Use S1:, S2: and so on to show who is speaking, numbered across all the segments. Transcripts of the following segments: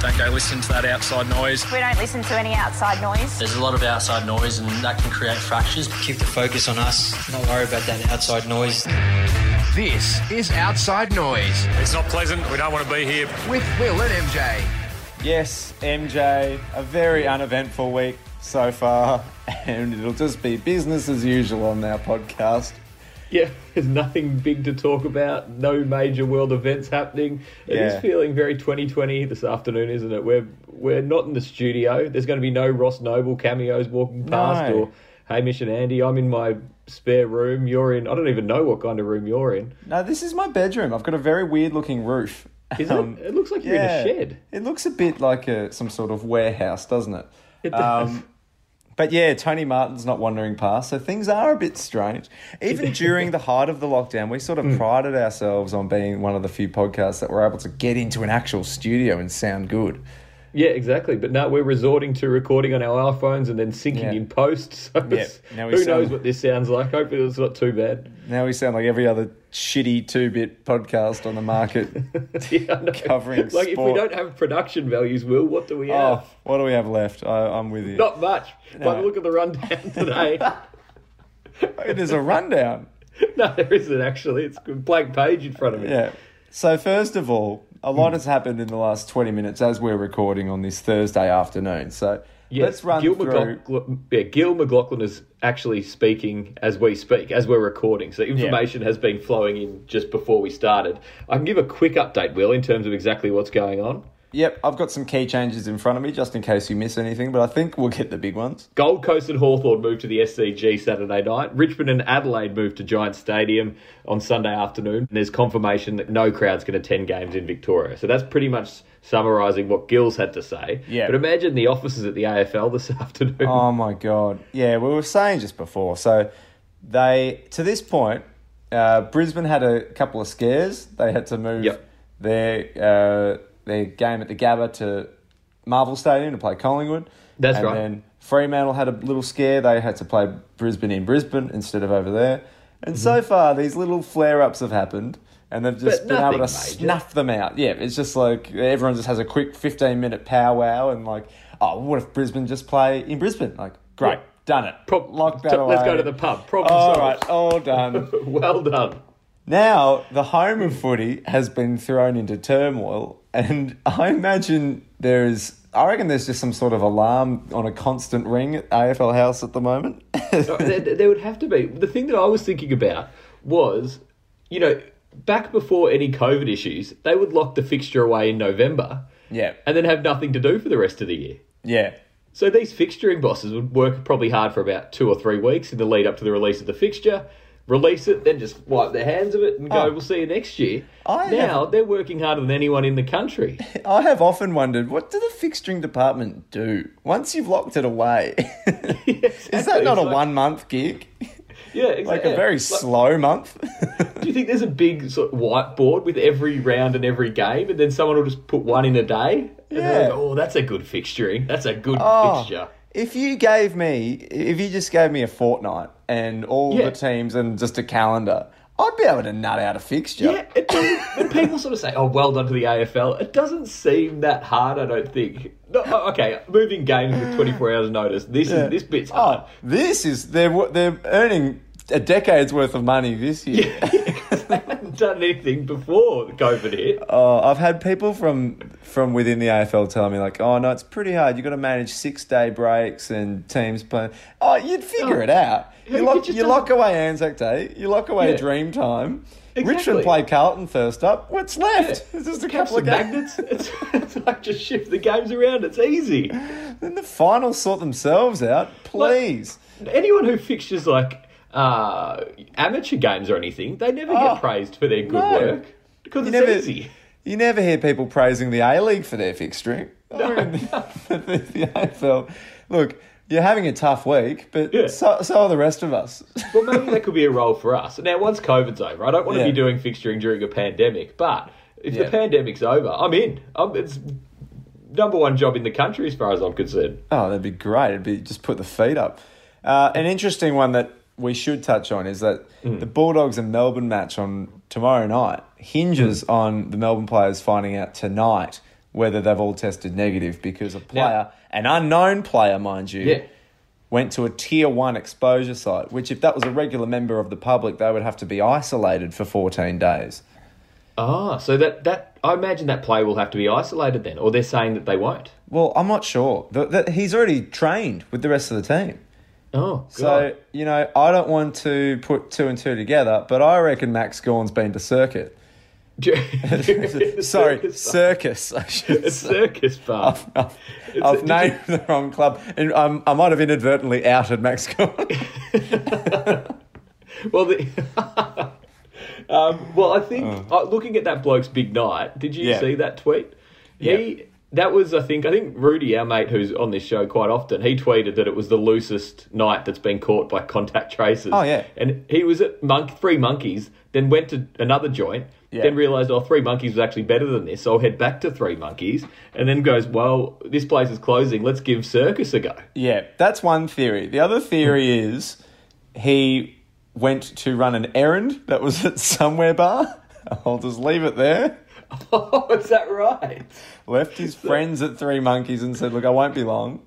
S1: Don't go listening to that outside noise.
S2: We don't listen to any outside noise.
S3: There's a lot of outside noise and that can create fractures.
S4: Keep the focus on us. Not worry about that outside noise.
S5: This is Outside Noise
S6: It's not pleasant. We don't want to be here.
S5: with Will and MJ.
S7: Yes, MJ, a very uneventful week so far, and it'll just be business as usual on our podcast.
S8: Yeah, there's nothing big to talk about. No major world events happening. It is
S7: Yeah.
S8: feeling very 2020 this afternoon, isn't it? We're we're not in the studio. There's going to be no Ross Noble cameos walking past
S7: No.
S8: or Hamish and Andy. I'm in my spare room. You're in. I don't even know what kind of room you're in.
S7: No, this is my bedroom. I've got a very weird looking roof.
S8: Is
S7: Um,
S8: it? It looks like you're in a shed.
S7: It looks a bit like a, some sort of warehouse, doesn't it?
S8: It does.
S7: Um, but yeah, Tony Martin's not wandering past, so things are a bit strange. Even during the height of the lockdown, we sort
S8: Hmm.
S7: of prided ourselves on being one of the few podcasts that were able to get into an actual studio and sound good.
S8: Yeah, exactly. But now we're resorting to recording on our iPhones and then syncing
S7: Yeah.
S8: in post. So it's-
S7: Now we
S8: who
S7: sound-
S8: knows what this sounds like? Hopefully, it's not too bad.
S7: Now we sound like every other shitty two bit podcast on the market.
S8: yeah, I know.
S7: Covering
S8: like if we
S7: sport.
S8: don't have production values, Will, what do we have?
S7: oh, what do we have left? I, I'm with you.
S8: Not much. But look at the rundown today.
S7: It is a rundown.
S8: no, there isn't actually. It's a blank page in front of me.
S7: Yeah. So first of all, a
S8: Hmm.
S7: lot has happened in the last twenty minutes as we're recording on this Thursday afternoon. So
S8: Yes,
S7: let's run
S8: Gil
S7: through.
S8: McLaughlin, yeah, Gil McLaughlin is actually speaking as we speak, as we're recording. So information has been flowing in just before we started. I can give a quick update, Will, in terms of exactly what's going on.
S7: Yep, I've got some key changes in front of me just in case you miss anything, but I think we'll get the big ones.
S8: Gold Coast and Hawthorn moved to the SCG Saturday night. Richmond and Adelaide moved to Giant Stadium on Sunday afternoon. And there's confirmation that no crowd's going to attend games in Victoria. So that's pretty much summarising what Gills had to say.
S7: Yeah.
S8: But imagine the offices at the AFL this afternoon.
S7: Oh my god! Yeah, we were saying just before. So they to this point, uh, Brisbane had a couple of scares. They had to move
S8: Yep.
S7: their uh, their game at the Gabba to Marvel Stadium to play Collingwood.
S8: That's
S7: and
S8: right.
S7: Then Fremantle had a little scare. They had to play Brisbane in Brisbane instead of over there. And so far, these little flare ups have happened. And they've just
S8: Mm-hmm. But
S7: been able to
S8: nothing major.
S7: snuff them out. Yeah, it's just like everyone just has a quick 15 minute powwow and, like, oh, what if Brisbane just play in Brisbane? Like, great,
S8: Yeah.
S7: done it.
S8: Prob-
S7: Lock that
S8: t- let's
S7: away.
S8: go to the pub. Problem
S7: All
S8: solved.
S7: right, all done.
S8: well done.
S7: Now, the home of footy has been thrown into turmoil, and I imagine there is. I reckon there's just some sort of alarm on a constant ring at AFL House at the moment.
S8: there, there would have to be. The thing that I was thinking about was, you know, back before any COVID issues, they would lock the fixture away in November
S7: yeah,
S8: and then have nothing to do for the rest of the year.
S7: yeah,
S8: So these fixturing bosses would work probably hard for about two or three weeks in the lead up to the release of the fixture, release it, then just wipe their hands of it and go,
S7: Oh.
S8: "We'll see you next year."
S7: I
S8: now
S7: have-
S8: they're working harder than anyone in the country.
S7: I have often wondered what do the fixturing department do once you've locked it away? Is that
S8: exactly.
S7: not a
S8: It's like-
S7: one month gig?
S8: Yeah, exactly.
S7: Like a very slow month?
S8: Do you think there's a big sort of whiteboard with every round and every game, and then someone will just put one in a day? And they'll
S7: Yeah.
S8: go, oh, that's a good fixturing. That's a good
S7: Oh,
S8: fixture.
S7: If you gave me, if you just gave me a fortnight and all
S8: Yeah.
S7: the teams and just a calendar, I'd be able to nut out a fixture.
S8: Yeah, it doesn't. when people sort of say, "Oh, well done to the AFL," it doesn't seem that hard. I don't think. No, oh, okay, moving games with 24 hours notice. This is this bit's hard.
S7: Oh, this is they're wa- they're earning a decade's worth of money this year.
S8: they haven't done anything before COVID hit.
S7: Oh, I've had people from from within the AFL tell me like, oh no, it's pretty hard. You've got to manage six day breaks and teams playing. Oh, you'd figure
S8: Oh.
S7: it out. You
S8: It
S7: lock,
S8: just
S7: you
S8: doesn't-
S7: lock away Anzac Day. You lock away
S8: Yeah.
S7: Dream Time.
S8: Exactly.
S7: Richmond play Carlton first up. What's left? It's just a
S8: Have
S7: couple of
S8: some
S7: games.
S8: magnets. It's, it's like just shift the games around. It's easy.
S7: Then the finals sort themselves out, please.
S8: Anyone who fixtures like uh, amateur games or anything, they never
S7: Oh,
S8: get praised for their good
S7: no.
S8: work because
S7: You
S8: it's
S7: never-
S8: easy.
S7: You never hear people praising the A League for their fixturing. No. the, the AFL. Look, you're having a tough week, but
S8: Yeah.
S7: so, so are the rest of us.
S8: Well, maybe that could be a role for us. Now, once COVID's over, I don't want to
S7: Yeah.
S8: be doing fixturing during a pandemic, but if
S7: Yeah.
S8: the pandemic's over, I'm in. I'm, it's number one job in the country as far as I'm concerned.
S7: Oh, that'd be great. It'd be just put the feet up. Uh, an interesting one that we should touch on is that the Bulldogs and Melbourne match on tomorrow night hinges on the Melbourne players finding out tonight whether they've all tested negative because a player, an unknown player, mind you,
S8: Yeah.
S7: went to a tier one exposure site, which if that was a regular member of the public, they would have to be isolated for 14 days.
S8: Ah, so that that I imagine that player will have to be isolated then, or they're saying that they won't.
S7: Well, I'm not sure. The, the, he's already trained with the rest of the team.
S8: Oh, God.
S7: So, you know, I don't want to put two and two together, but I reckon Max Gorn's been to circuit. Sorry, circus. I should
S8: a
S7: say.
S8: circus bar.
S7: I've, I've, I've
S8: did
S7: named the wrong club. And um, I might have inadvertently outed Max Gorn.
S8: Well, the, um, well, I think uh, looking at that bloke's big night, did you
S7: Oh. Yeah.
S8: see that tweet? He that was I think I think Rudy, our mate, who's on this show quite often, he tweeted that it was the loosest night that's been caught by contact tracers.
S7: Oh, yeah.
S8: and he was at Monk Three Monkeys, then went to another joint.
S7: Yeah.
S8: Then realised, oh, Three Monkeys was actually better than this, so I'll head back to Three Monkeys. And then goes, well, this place is closing, let's give Circus a go.
S7: yeah, that's one theory. The other theory is he went to run an errand that was at Somewhere Bar. I'll just leave it there.
S8: Oh, is that right?
S7: Left his friends at Three Monkeys and said, Look, I won't be long.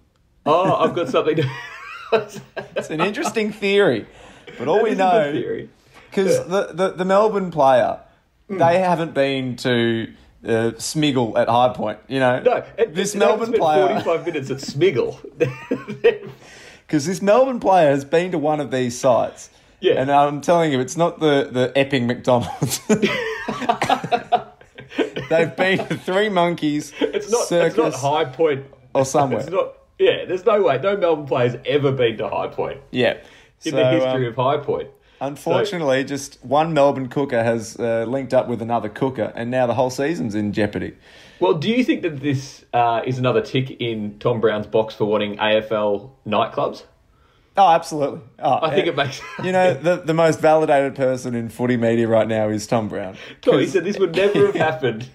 S8: Oh, I've got something to.
S7: It's an interesting theory. But all we
S8: This is the
S7: know
S8: theory.
S7: Because the, the, the Melbourne player,
S8: Hmm.
S7: they haven't been to uh, Smiggle at High Point, you know.
S8: No, and
S7: this
S8: they
S7: Melbourne
S8: spent
S7: player,
S8: Forty-five minutes at Smiggle.
S7: because this Melbourne player has been to one of these sites.
S8: Yeah.
S7: And uh, I'm telling you, it's not the, the Epping McDonald's. They've been to Three Monkeys,
S8: it's not.
S7: Circus,
S8: It's not High Point
S7: or somewhere.
S8: It's not. Yeah, there's no way. No Melbourne player's ever been to High Point
S7: yeah.
S8: in
S7: So,
S8: the
S7: um,
S8: history of High Point.
S7: Unfortunately, just one Melbourne cooker has uh, linked up with another cooker, and now the whole season's in jeopardy.
S8: Well, do you think that this uh, is another tick in Tom Brown's box for wanting AFL nightclubs?
S7: Oh, absolutely. Oh,
S8: I think
S7: eh,
S8: it makes.
S7: You know, the, the most validated person in footy media right now is Tom Brown.
S8: Tom, he said this would never have happened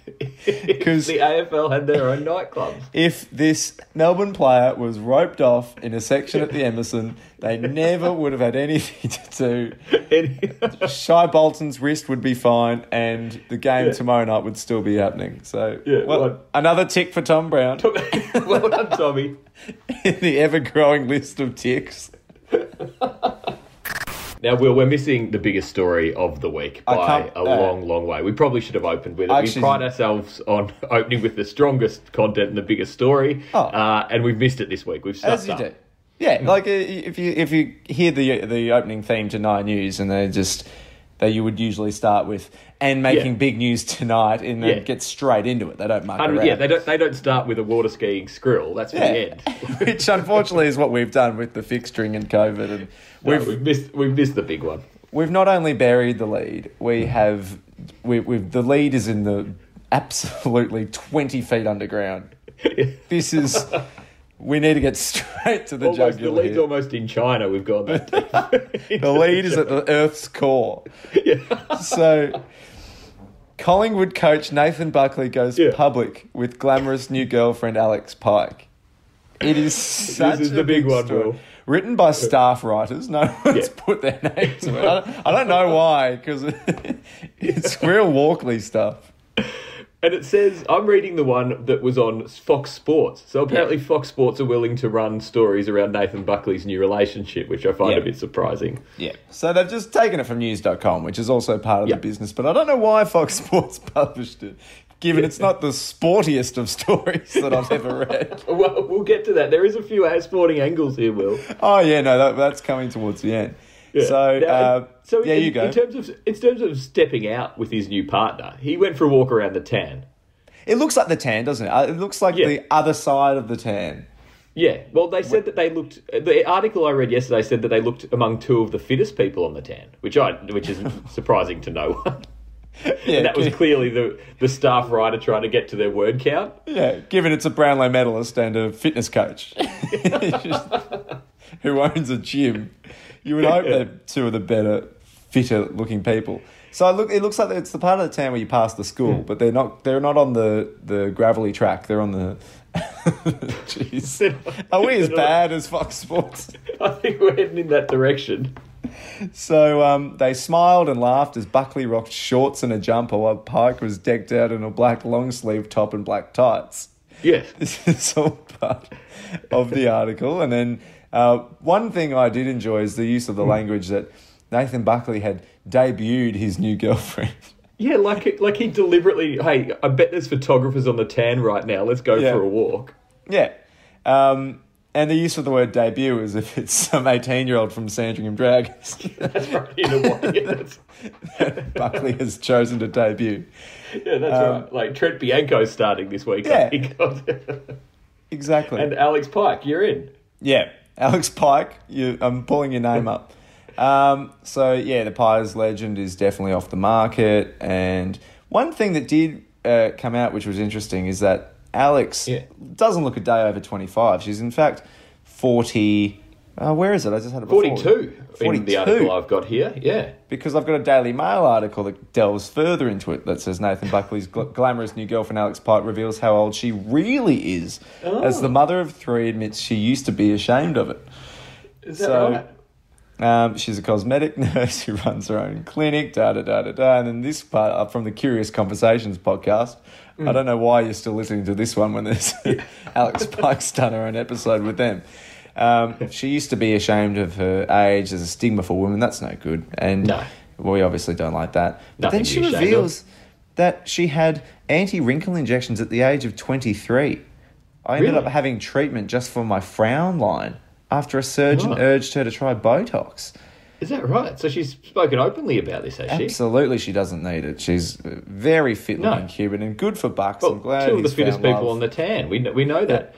S8: if
S7: 'Cause-
S8: the AFL had their own nightclubs.
S7: If this Melbourne player was roped off in a section at the Emerson, they never would have had anything to
S8: And-
S7: do. Shy Bolton's wrist would be fine, and the game
S8: Yeah.
S7: tomorrow night would still be happening. So,
S8: Yeah,
S7: well,
S8: right.
S7: another tick for Tom Brown
S8: well done, Tommy.
S7: in the ever growing list of ticks.
S8: Now, Will, we're missing the biggest story of the week
S7: I
S8: by
S7: can't-
S8: a
S7: uh,
S8: long, long way. We probably should have opened with it.
S7: Actually-
S8: we pride ourselves on opening with the strongest content and the biggest story,
S7: Oh.
S8: uh, and we've missed it this week. We've stuffed
S7: As you
S8: up.
S7: do. Yeah,
S8: Hmm.
S7: like uh, if you if you hear the the opening theme to Nine News and they just they you would usually start with and making
S8: Yeah.
S7: big news tonight and then
S8: Yeah.
S7: get straight into it. They don't muck
S8: I
S7: around.
S8: don't- yeah, they don't. They don't start with a water skiing skrill. That's for the end.
S7: Yeah. Which unfortunately is what we've done with the fixturing and COVID and
S8: No,
S7: we've
S8: we've, missed. We've missed the big one.
S7: we've not only buried the lead, we have we we've the lead is in the absolutely twenty feet underground. This is we need to get straight to the
S8: Almost, the
S7: jugular.
S8: lead's
S7: here.
S8: almost in China. We've gone that deep.
S7: The lead is at the Earth's core. So, Collingwood coach Nathan Buckley goes
S8: Yeah.
S7: public with glamorous new girlfriend Alex Pike. It is such
S8: is
S7: a
S8: the big one,
S7: story.
S8: Will.
S7: Written by staff writers. No one's
S8: Yeah.
S7: put their name to it. I don't, I don't know why, because it's real Walkley stuff.
S8: And it says, I'm reading the one that was on Fox Sports. So apparently, Fox Sports are willing to run stories around Nathan Buckley's new relationship, which I find
S7: Yeah.
S8: a bit surprising.
S7: Yeah. So they've just taken it from news.com, which is also part of
S8: Yeah.
S7: the business, but I don't know why Fox Sports published it, given it's not the sportiest of stories that I've ever read.
S8: Well, we'll get to that. There is a few our sporting angles here, Will.
S7: Oh yeah, no, that, that's coming towards the end.
S8: Yeah.
S7: So,
S8: Now,
S7: uh,
S8: so
S7: yeah,
S8: in,
S7: you go.
S8: In terms of in terms of stepping out with his new partner, he went for a walk around the tan.
S7: it looks like the tan, doesn't it? Uh, It looks like
S8: Yeah.
S7: the other side of the tan.
S8: Yeah. Well, they said that they looked. The article I read yesterday said that they looked among two of the fittest people on the tan, which I which is surprising to no one.
S7: Yeah,
S8: And that was
S7: gi-
S8: clearly the the staff writer trying to get to their word count.
S7: yeah. Given it's a Brownlow medalist and a fitness coach who owns a gym, you would hope they're two of the better, fitter looking people. So it look, it looks like it's the part of the town where you pass the school,
S8: Hmm.
S7: but they're not. They're not on the the gravelly track. They're on the. Jeez, are we as
S8: They're not-
S7: bad as Fox Sports?
S8: I think we're heading in that direction.
S7: So um, they smiled and laughed as Buckley rocked shorts and a jumper while Pike was decked out in a black long sleeve top and black tights.
S8: Yes.
S7: This is all part of the article. And then uh, one thing I did enjoy is the use of the language that Nathan Buckley had debuted his new girlfriend.
S8: Yeah, like like he deliberately. Hey, I bet there's photographers on the tan right now. Let's go
S7: Yeah.
S8: for a walk.
S7: yeah. Um, and the use of the word debut is if it's some 18 year old from Sandringham Dragons.
S8: That's right. You know what? Yeah, that's,
S7: Buckley has chosen to debut.
S8: yeah, that's right. Like Trent Bianco's starting this week.
S7: Um, Yeah.
S8: I think.
S7: Exactly.
S8: and Alex Pike, you're in.
S7: Yeah, Alex Pike. You, I'm pulling your name up. Um, so yeah, the Pies legend is definitely off the market. And one thing that did uh, come out, which was interesting, is that Alex
S8: Yeah.
S7: doesn't look a day over 25. She's in fact 40. Uh, where is it? I just had it before.
S8: 42, in the
S7: 42.
S8: article I've got here. Yeah.
S7: because I've got a Daily Mail article that delves further into it that says Nathan Buckley's gl- glamorous new girlfriend Alex Pike reveals how old she really is, as
S8: Oh.
S7: the mother of three admits she used to be ashamed of it.
S8: Is that
S7: So-
S8: right?
S7: Um, she's a cosmetic nurse who runs her own clinic, da da da da da. And then this part uh, from the Curious Conversations podcast.
S8: Mm.
S7: I don't know why you're still listening to this one when there's Alex Pike's done her own episode with them. Um, she used to be ashamed of her age. There's a stigma for women. That's no good. And
S8: No.
S7: we obviously don't like that. But
S8: Nothing
S7: then
S8: to
S7: she
S8: be ashamed of.
S7: reveals that she had anti wrinkle injections at the age of 23. I ended
S8: Really?
S7: up having treatment just for my frown line after a surgeon
S8: Right.
S7: urged her to try Botox.
S8: Is that right? So she's spoken openly about this, has she?
S7: Absolutely, she doesn't need it. She's a very fit
S8: No.
S7: looking Cuban and good for bucks.
S8: Well,
S7: I'm glad
S8: two of the
S7: he's
S8: fittest
S7: found
S8: people
S7: love.
S8: on the tan. We know, we know that.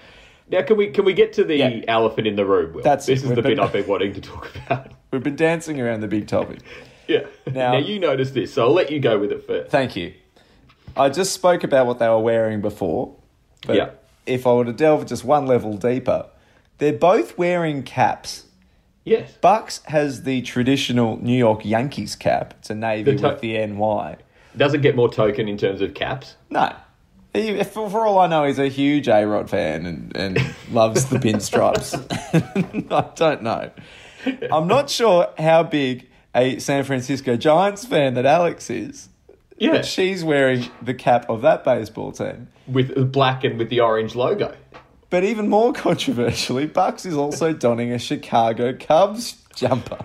S8: Now, can we can we get to the
S7: Yeah.
S8: elephant in the room? Will?
S7: That's it.
S8: this is
S7: We've
S8: the
S7: been-
S8: bit I've been wanting to talk about.
S7: We've been dancing around the big topic.
S8: Yeah.
S7: Now-
S8: Now, you noticed this, so I'll let you go with it first.
S7: Thank you. I just spoke about what they were wearing before, but
S8: Yeah.
S7: if I were to delve just one level deeper, they're both wearing caps.
S8: Yes.
S7: Bucks has the traditional New York Yankees cap. It's a navy
S8: The to-
S7: with the NY.
S8: Doesn't get more token in terms of caps.
S7: No. He, for, for all I know, he's a huge A Rod fan and, and loves the pinstripes. I don't know. I'm not sure how big a San Francisco Giants fan that Alex is.
S8: Yeah.
S7: But she's wearing the cap of that baseball team.
S8: With black and with the orange logo.
S7: But even more controversially, Bucks is also donning a Chicago Cubs jumper.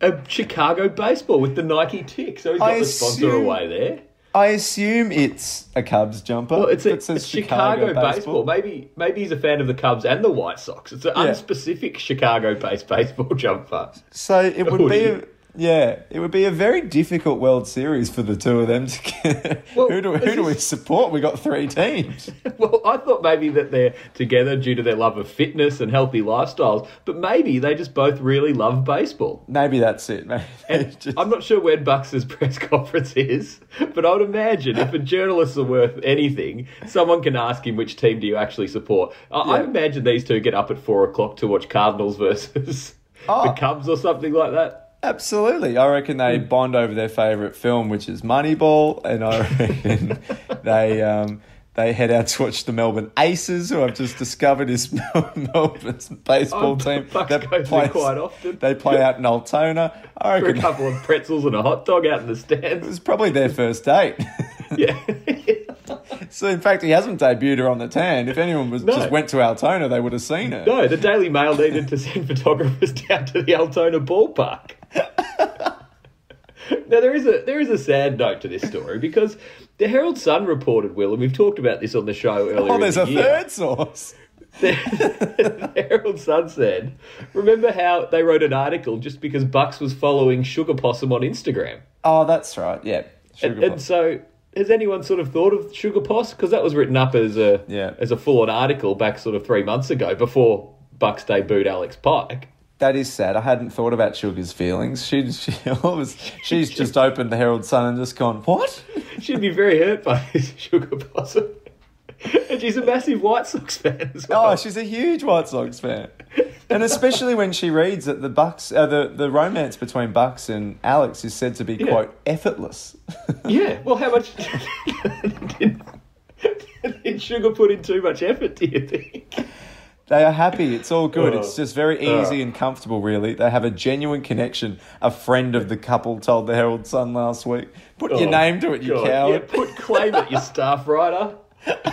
S8: A Chicago baseball with the Nike tick. So he's got
S7: I
S8: the sponsor
S7: assume-
S8: away there.
S7: I assume it's a Cubs jumper.
S8: Well, it's a,
S7: that says
S8: it's Chicago, baseball. Maybe maybe he's a fan of the Cubs and the White Sox. It's an
S7: Yeah.
S8: unspecific Chicago-based baseball jumper.
S7: So it would
S8: Oh,
S7: be
S8: yeah.
S7: a, yeah, it would be a very difficult World Series for the two of them to get.
S8: Well,
S7: who do who
S8: this
S7: do we
S8: is-
S7: support? We got three teams.
S8: Well, I thought maybe that they're together due to their love of fitness and healthy lifestyles, but maybe they just both really love baseball.
S7: Maybe that's it. Maybe they
S8: And
S7: just-
S8: I'm not sure when Bucks' press conference is, but I would imagine if a journalist are worth anything, someone can ask him which team do you actually support. I, I
S7: Yeah.
S8: imagine these two get up at four o'clock to watch Cardinals versus
S7: Oh.
S8: the Cubs or something like that.
S7: absolutely. I reckon they
S8: Mm.
S7: bond over their favorite film, which is Moneyball, and I reckon they um, they head out to watch the Melbourne Aces, who I've just discovered is Melbourne's baseball
S8: Oh,
S7: team.
S8: Bucks go
S7: that
S8: there quite often.
S7: They play out in Altona. I
S8: for a
S7: reckon it
S8: couple of pretzels and a hot dog out in the stands.
S7: was probably their first date.
S8: Yeah.
S7: So in fact, he hasn't debuted her on the tan. If anyone was
S8: No.
S7: just went to Altona, they would have seen her.
S8: no, the Daily Mail needed to send photographers down to the Altona ballpark. now there is a there is a sad note to this story because the Herald Sun reported, Will, and we've talked about this on the show earlier.
S7: oh, there's
S8: in
S7: a
S8: the year.
S7: third source.
S8: the Herald Sun said, remember how they wrote an article just because Bucks was following Sugar Possum on Instagram.
S7: Oh, that's right. Yeah, sugar
S8: and
S7: Pop.
S8: so has anyone sort of thought of sugar poss because that was written up as a
S7: Yeah.
S8: as a full-on article back sort of three months ago before bucks debuted alex pike
S7: that is sad. I hadn't thought about Sugar's feelings. She, she was, she's just opened the Herald Sun and just gone. What?
S8: she'd be very hurt by this sugar possum and she's a massive white sox fan as well
S7: Oh, she's a huge White Sox fan, and especially when she reads that the Bucks, uh, the the romance between Bucks and Alex is said to be quote effortless.
S8: yeah well how much did, did sugar put in too much effort do you think
S7: They are happy. It's all good.
S8: Oh.
S7: It's just very easy and comfortable, really. They have a genuine connection. A friend of the couple told the Herald Sun last week. Put your
S8: Oh,
S7: name to it, you
S8: God.
S7: coward.
S8: Yeah, put claim it, you staff writer.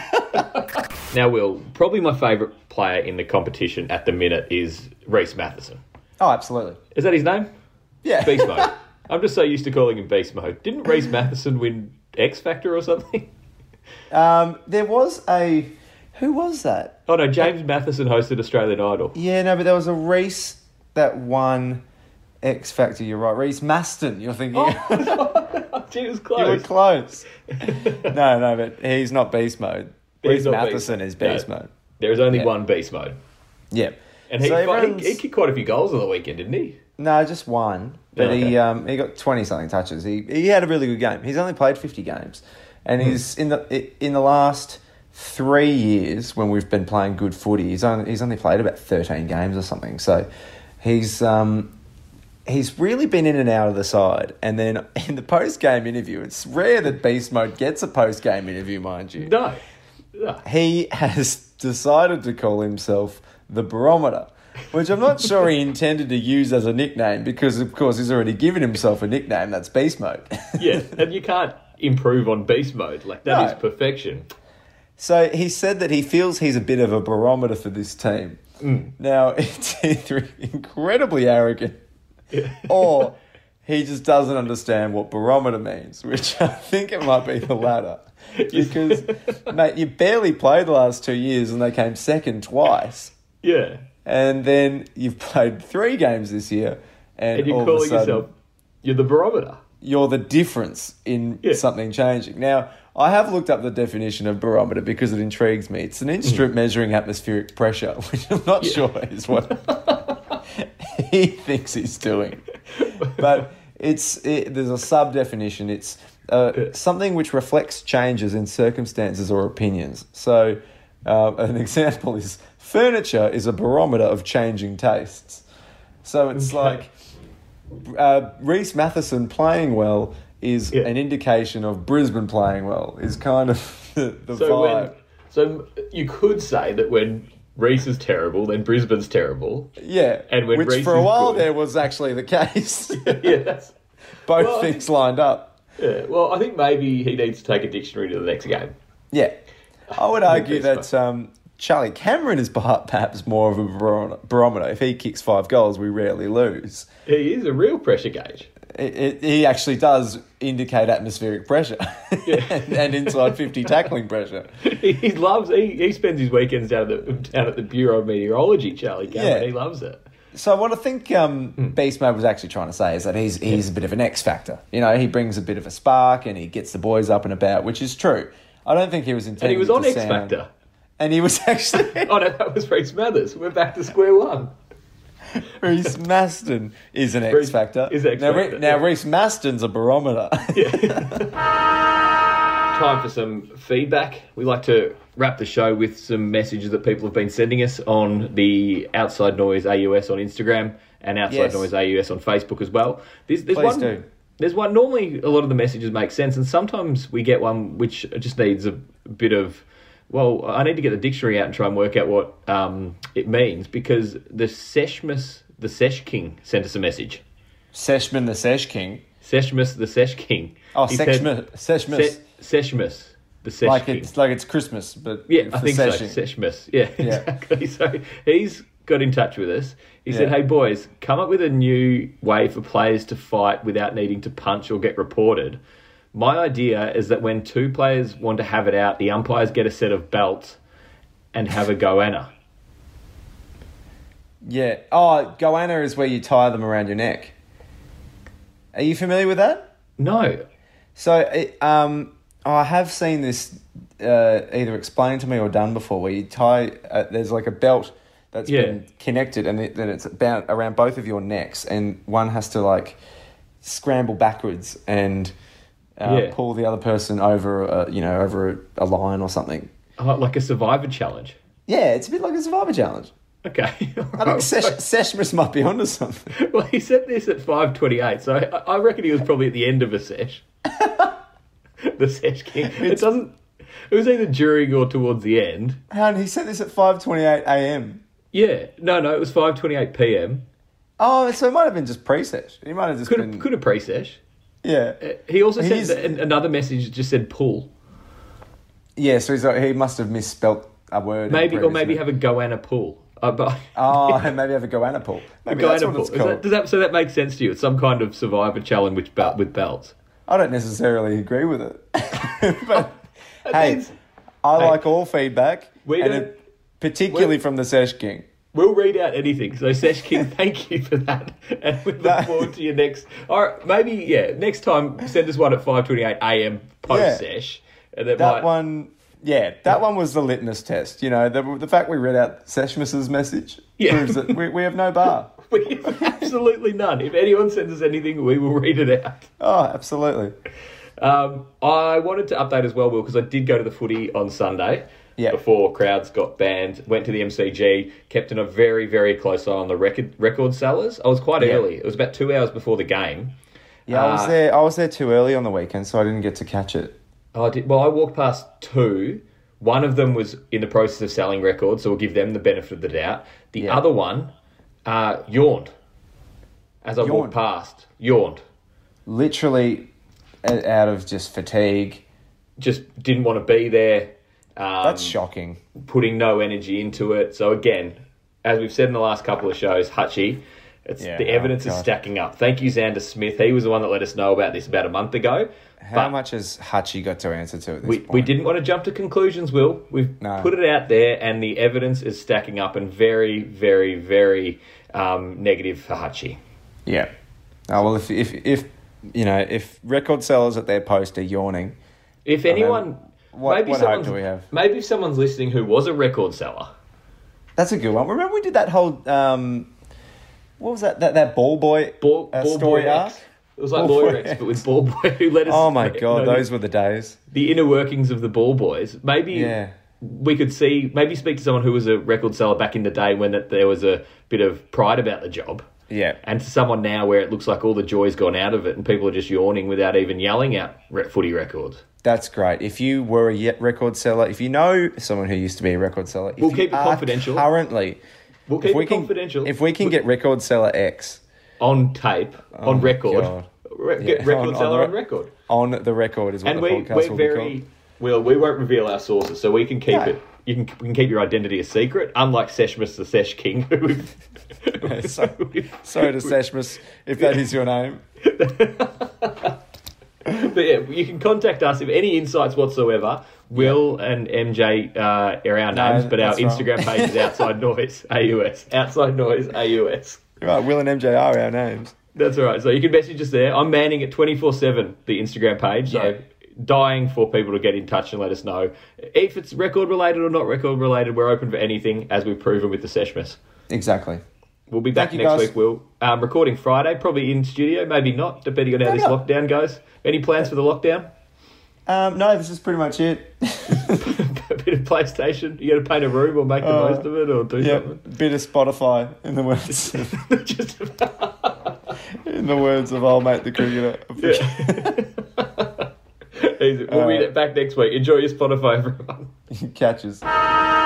S8: now, Will, probably my favourite player in the competition at the minute is Reese Matheson.
S7: Oh, absolutely.
S8: Is that his name?
S7: Yeah.
S8: Beast Mode. I'm just so used to calling him Beast Mode. Didn't Reese Matheson win X Factor or something?
S7: Um, there was a. Who was that?
S8: Oh no, James Matheson hosted Australian Idol.
S7: Yeah, no, but there was a race that won X Factor. You're right. Reese Maston, you're thinking.
S8: Oh, Gee, it was
S7: you were
S8: close.
S7: close. no, no, but he's not beast mode. Reese
S8: not beast.
S7: Matheson is beast
S8: No.
S7: mode.
S8: there is only
S7: Yeah.
S8: one Beast Mode.
S7: Yeah.
S8: And he,
S7: So
S8: fu- he-
S7: everyone's-
S8: he kicked quite a few goals on the weekend, didn't he?
S7: No, just one. But
S8: Yeah, okay.
S7: he um, he got twenty something touches. He he had a really good game. He's only played fifty games,
S8: Hmm.
S7: and he's in the i- in the last three years when we've been playing good footy. He's only he's only played about thirteen games or something. So he's um, he's really been in and out of the side. And then in the post game interview, it's rare that Beast Mode gets a post game interview, mind you.
S8: No. No.
S7: He has decided to call himself the Barometer, which I'm not sure he intended to use as a nickname because, of course, he's already given himself a nickname that's Beast Mode.
S8: Yeah, and you can't improve on Beast Mode. Like that is
S7: No.
S8: perfection.
S7: So he said that he feels he's a bit of a barometer for this team. Now, it's either incredibly arrogant or he just doesn't understand what barometer means, which I think it might be the latter. Because, mate, you barely played the last two years and they came second twice.
S8: Yeah,
S7: and then you've played three games this year, and,
S8: and you're
S7: all
S8: calling
S7: of a sudden
S8: yourself you're the barometer.
S7: you're the difference in
S8: Yeah.
S7: something changing. Now, I have looked up the definition of barometer because it intrigues me. It's an instrument measuring atmospheric pressure, which I'm not sure is what he thinks he's doing, but it's it, there's a sub definition. It's uh, something which reflects changes in circumstances or opinions. So, uh, an example is furniture is a barometer of changing tastes. So it's like uh, Reese Matheson playing well is
S8: Yeah.
S7: an indication of Brisbane playing well. Is kind of the, the
S8: So
S7: vibe.
S8: when so you could say that when Reese is terrible, then Brisbane's terrible.
S7: yeah,
S8: and when
S7: which
S8: Reece
S7: for a
S8: is
S7: while
S8: good-
S7: there was actually the case.
S8: yeah, that's,
S7: Both
S8: Well, I
S7: things lined up.
S8: yeah. Well, I think maybe he needs to take a dictionary to the next game.
S7: Yeah, I would argue
S8: think
S7: that
S8: so.
S7: um, Charlie Cameron is perha- perhaps more of a barom- barometer. If he kicks five goals, we rarely lose.
S8: He is a real pressure gauge.
S7: It, it, he actually does indicate atmospheric pressure and, and inside fifty tackling pressure.
S8: He, he loves. He, he spends his weekends down at the down at the Bureau of Meteorology. Charlie Cameron.
S7: Yeah.
S8: He loves it.
S7: So what I think um,
S8: Hmm.
S7: Beast Mode was actually trying to say is that he's he's a bit of an X factor. You know, he brings a bit of a spark and he gets the boys up and about, which is true. I don't think he was intending.
S8: And he was on
S7: to
S8: X
S7: sound-
S8: Factor.
S7: and he was actually
S8: Oh no, that was Reese Mathers. We're back to square one.
S7: Reese Maston is an X
S8: Reece
S7: factor.
S8: is X
S7: now, Re-
S8: Factor,
S7: now
S8: yeah.
S7: Reese Maston's a barometer.
S8: Time for some feedback. We like to wrap the show with some messages that people have been sending us on the Outside Noise AUS on Instagram and Outside
S7: Yes.
S8: Noise AUS on Facebook as well. There's, there's
S7: Please
S8: one,
S7: do.
S8: There's one. Normally, a lot of the messages make sense, and sometimes we get one which just needs a bit of. Well, I need to get the dictionary out and try and work out what um, it means because the Seshmus, the Sesh King, sent us a message.
S7: Seshman the Sesh King.
S8: Seshmus, the Sesh King.
S7: Oh,
S8: He said-
S7: Seshmas. Seshmas.
S8: Se- Seshmus, the Sesh
S7: like
S8: King.
S7: it's like it's Christmas, but
S8: Yeah,
S7: for
S8: I think
S7: seshing.
S8: so. Seshmas. Yeah,
S7: Yeah.
S8: exactly. So he's got in touch with us. He said,
S7: Yeah.
S8: "Hey boys, come up with a new way for players to fight without needing to punch or get reported. My idea is that when two players want to have it out, the umpires get a set of belts and have a goanna.
S7: Yeah. Oh, goanna is where you tie them around your neck. Are you familiar with that?
S8: No,
S7: So it, um, I have seen this uh, either explained to me or done before, where you tie. Uh, there's like a belt that's
S8: Yeah.
S7: been connected, and it, then it's about around both of your necks, and one has to like scramble backwards and uh,
S8: Yeah.
S7: pull the other person over, a, you know, over a, a line or something.
S8: oh, like a survivor challenge.
S7: Yeah, it's a bit like a survivor challenge.
S8: Okay,
S7: I think Sesh- Seshmas might be onto something.
S8: well, he said this at five twenty-eight, so I, I reckon he was probably at the end of a sesh. the sesh king. It doesn't. It was either during or towards the end.
S7: And he sent this at 5:28 a.m.
S8: Yeah, no, no, it was five twenty-eight p.m.
S7: Oh, so it might have been just preset. He might have just
S8: Could
S7: been
S8: have could have pre-sesh.
S7: yeah,
S8: He also
S7: He's-
S8: sent an, another message that just said pull,
S7: yeah. So he's like, he must have misspelt a word. in
S8: maybe
S7: the
S8: or maybe
S7: previous
S8: have a goanna pull. Uh, but
S7: minute. oh, maybe have a goanna pull. Maybe that's
S8: goanna
S7: what
S8: pull.
S7: it's
S8: Is
S7: called.
S8: that, does that so that makes sense to you? It's some kind of survivor challenge with belt with belts.
S7: I don't necessarily agree with it, but hey,
S8: Oh, means-
S7: I like all feedback,
S8: We
S7: and
S8: don't-
S7: it- particularly
S8: we-
S7: from the Sesh King.
S8: We'll read out anything. So Sesh King, thank you for that, and we
S7: No.
S8: look forward to your next. Or maybe yeah, next time send us one at five twenty-eight a.m. post sesh, and that,
S7: That
S8: might.
S7: one, yeah, that one was the litmus test. You know, the, the fact we read out Seshmus's message
S8: Yeah.
S7: proves that we, we have no bar.
S8: We have absolutely none. If anyone sends us anything, we will read it out.
S7: Oh, absolutely.
S8: Um, I wanted to update as well, Will, because I did go to the footy on Sunday
S7: Yeah.
S8: before crowds got banned. Went to the MCG, kept in a very, very close eye on the record record sellers. I was quite early. It was about two hours before the game.
S7: Yeah, I was
S8: Uh,
S7: there. I was there too early on the weekend, so I didn't get to catch it.
S8: I did, well, I walked past two. One of them was in the process of selling records, so we'll give them the benefit of the doubt. The
S7: Yeah.
S8: other one uh, yawned as I
S7: Yawned.
S8: walked past. Yawned.
S7: Literally, o- out of just fatigue.
S8: Just didn't want to be there. Um,
S7: That's shocking.
S8: putting no energy into it. So again, as we've said in the last couple of shows, Hutchie, it's
S7: Yeah,
S8: the
S7: oh
S8: evidence is
S7: God.
S8: stacking up. Thank you, Xander Smith. He was the one that let us know about this about a month ago.
S7: How much has Hutchie got to answer to at this
S8: we,
S7: point?
S8: we didn't want to jump to conclusions, Will. We've
S7: No.
S8: put it out there, and the evidence is stacking up and very, very, very um, negative for Hutchie.
S7: Yeah. Oh, well, if, if, if, you know, if record sellers at their post are yawning,
S8: If anyone,
S7: what-
S8: maybe
S7: what hope
S8: someone's-
S7: do we have?
S8: Maybe if someone's listening who was a record seller.
S7: that's a good one. Remember we did that whole, um, what was that, that, that ball boy
S8: Ball,
S7: uh,
S8: ball
S7: story
S8: boy
S7: arc?
S8: X. It was like
S7: Ball
S8: Lawyer
S7: Boy
S8: X,
S7: X.
S8: but with Ball Boy who let us.
S7: Oh my God,
S8: know
S7: those were the days.
S8: the inner workings of the ball boys. Maybe
S7: Yeah.
S8: we could see, maybe speak to someone who was a record seller back in the day when that, there was a bit of pride about the job.
S7: Yeah.
S8: And to someone now where it looks like all the joy's gone out of it and people are just yawning without even yelling out re- footy records.
S7: That's great. If you were a yet record seller, if you know someone who used to be a record seller, if
S8: We'll
S7: you
S8: keep it
S7: are
S8: confidential.
S7: Currently,
S8: We'll
S7: if
S8: keep
S7: we
S8: it
S7: can-
S8: confidential.
S7: If we can get record seller X
S8: on tape, on
S7: my
S8: record,
S7: God.
S8: re-
S7: Yeah.
S8: get record
S7: On- on
S8: seller
S7: the
S8: on
S7: re-
S8: record.
S7: on the record, is what
S8: and
S7: the
S8: we
S7: podcast
S8: we're
S7: will be
S8: very
S7: called.
S8: well. We won't reveal our sources, so we can keep
S7: No.
S8: it. You can we can keep your identity a secret, unlike Seshmus the Sesh King. Who we've,
S7: so-
S8: we've-
S7: Sorry to Sashmas if that is your name.
S8: But yeah, you can contact us if any insights whatsoever. Will and MJ uh, are our
S7: No,
S8: names, but our
S7: that's wrong.
S8: Instagram page is Outside Noise AUS. Outside Noise AUS.
S7: Right, Will and MJ are our names.
S8: That's all right. So you can message us there. I'm manning it 24 7, the Instagram page.
S7: Yeah.
S8: So dying for people to get in touch and let us know. If it's record related or not record related, we're open for anything, as we've proven with the Seshmas.
S7: Exactly.
S8: We'll be back
S7: Thank you,
S8: next
S7: guys.
S8: week, Will. Um, recording Friday, probably in studio, maybe not, depending on how this
S7: no.
S8: lockdown goes. Any plans for the lockdown?
S7: Um, no, this is pretty much it.
S8: a bit of PlayStation. You got to paint a room or make the
S7: Uh,
S8: most of it or do
S7: Yep, bit of Spotify in the words of,
S8: something. Just
S7: in the words of old mate the cricketer.
S8: Easy. We'll be
S7: Uh,
S8: back next week. Enjoy your Spotify, everyone.
S7: Catches.
S2: Sports.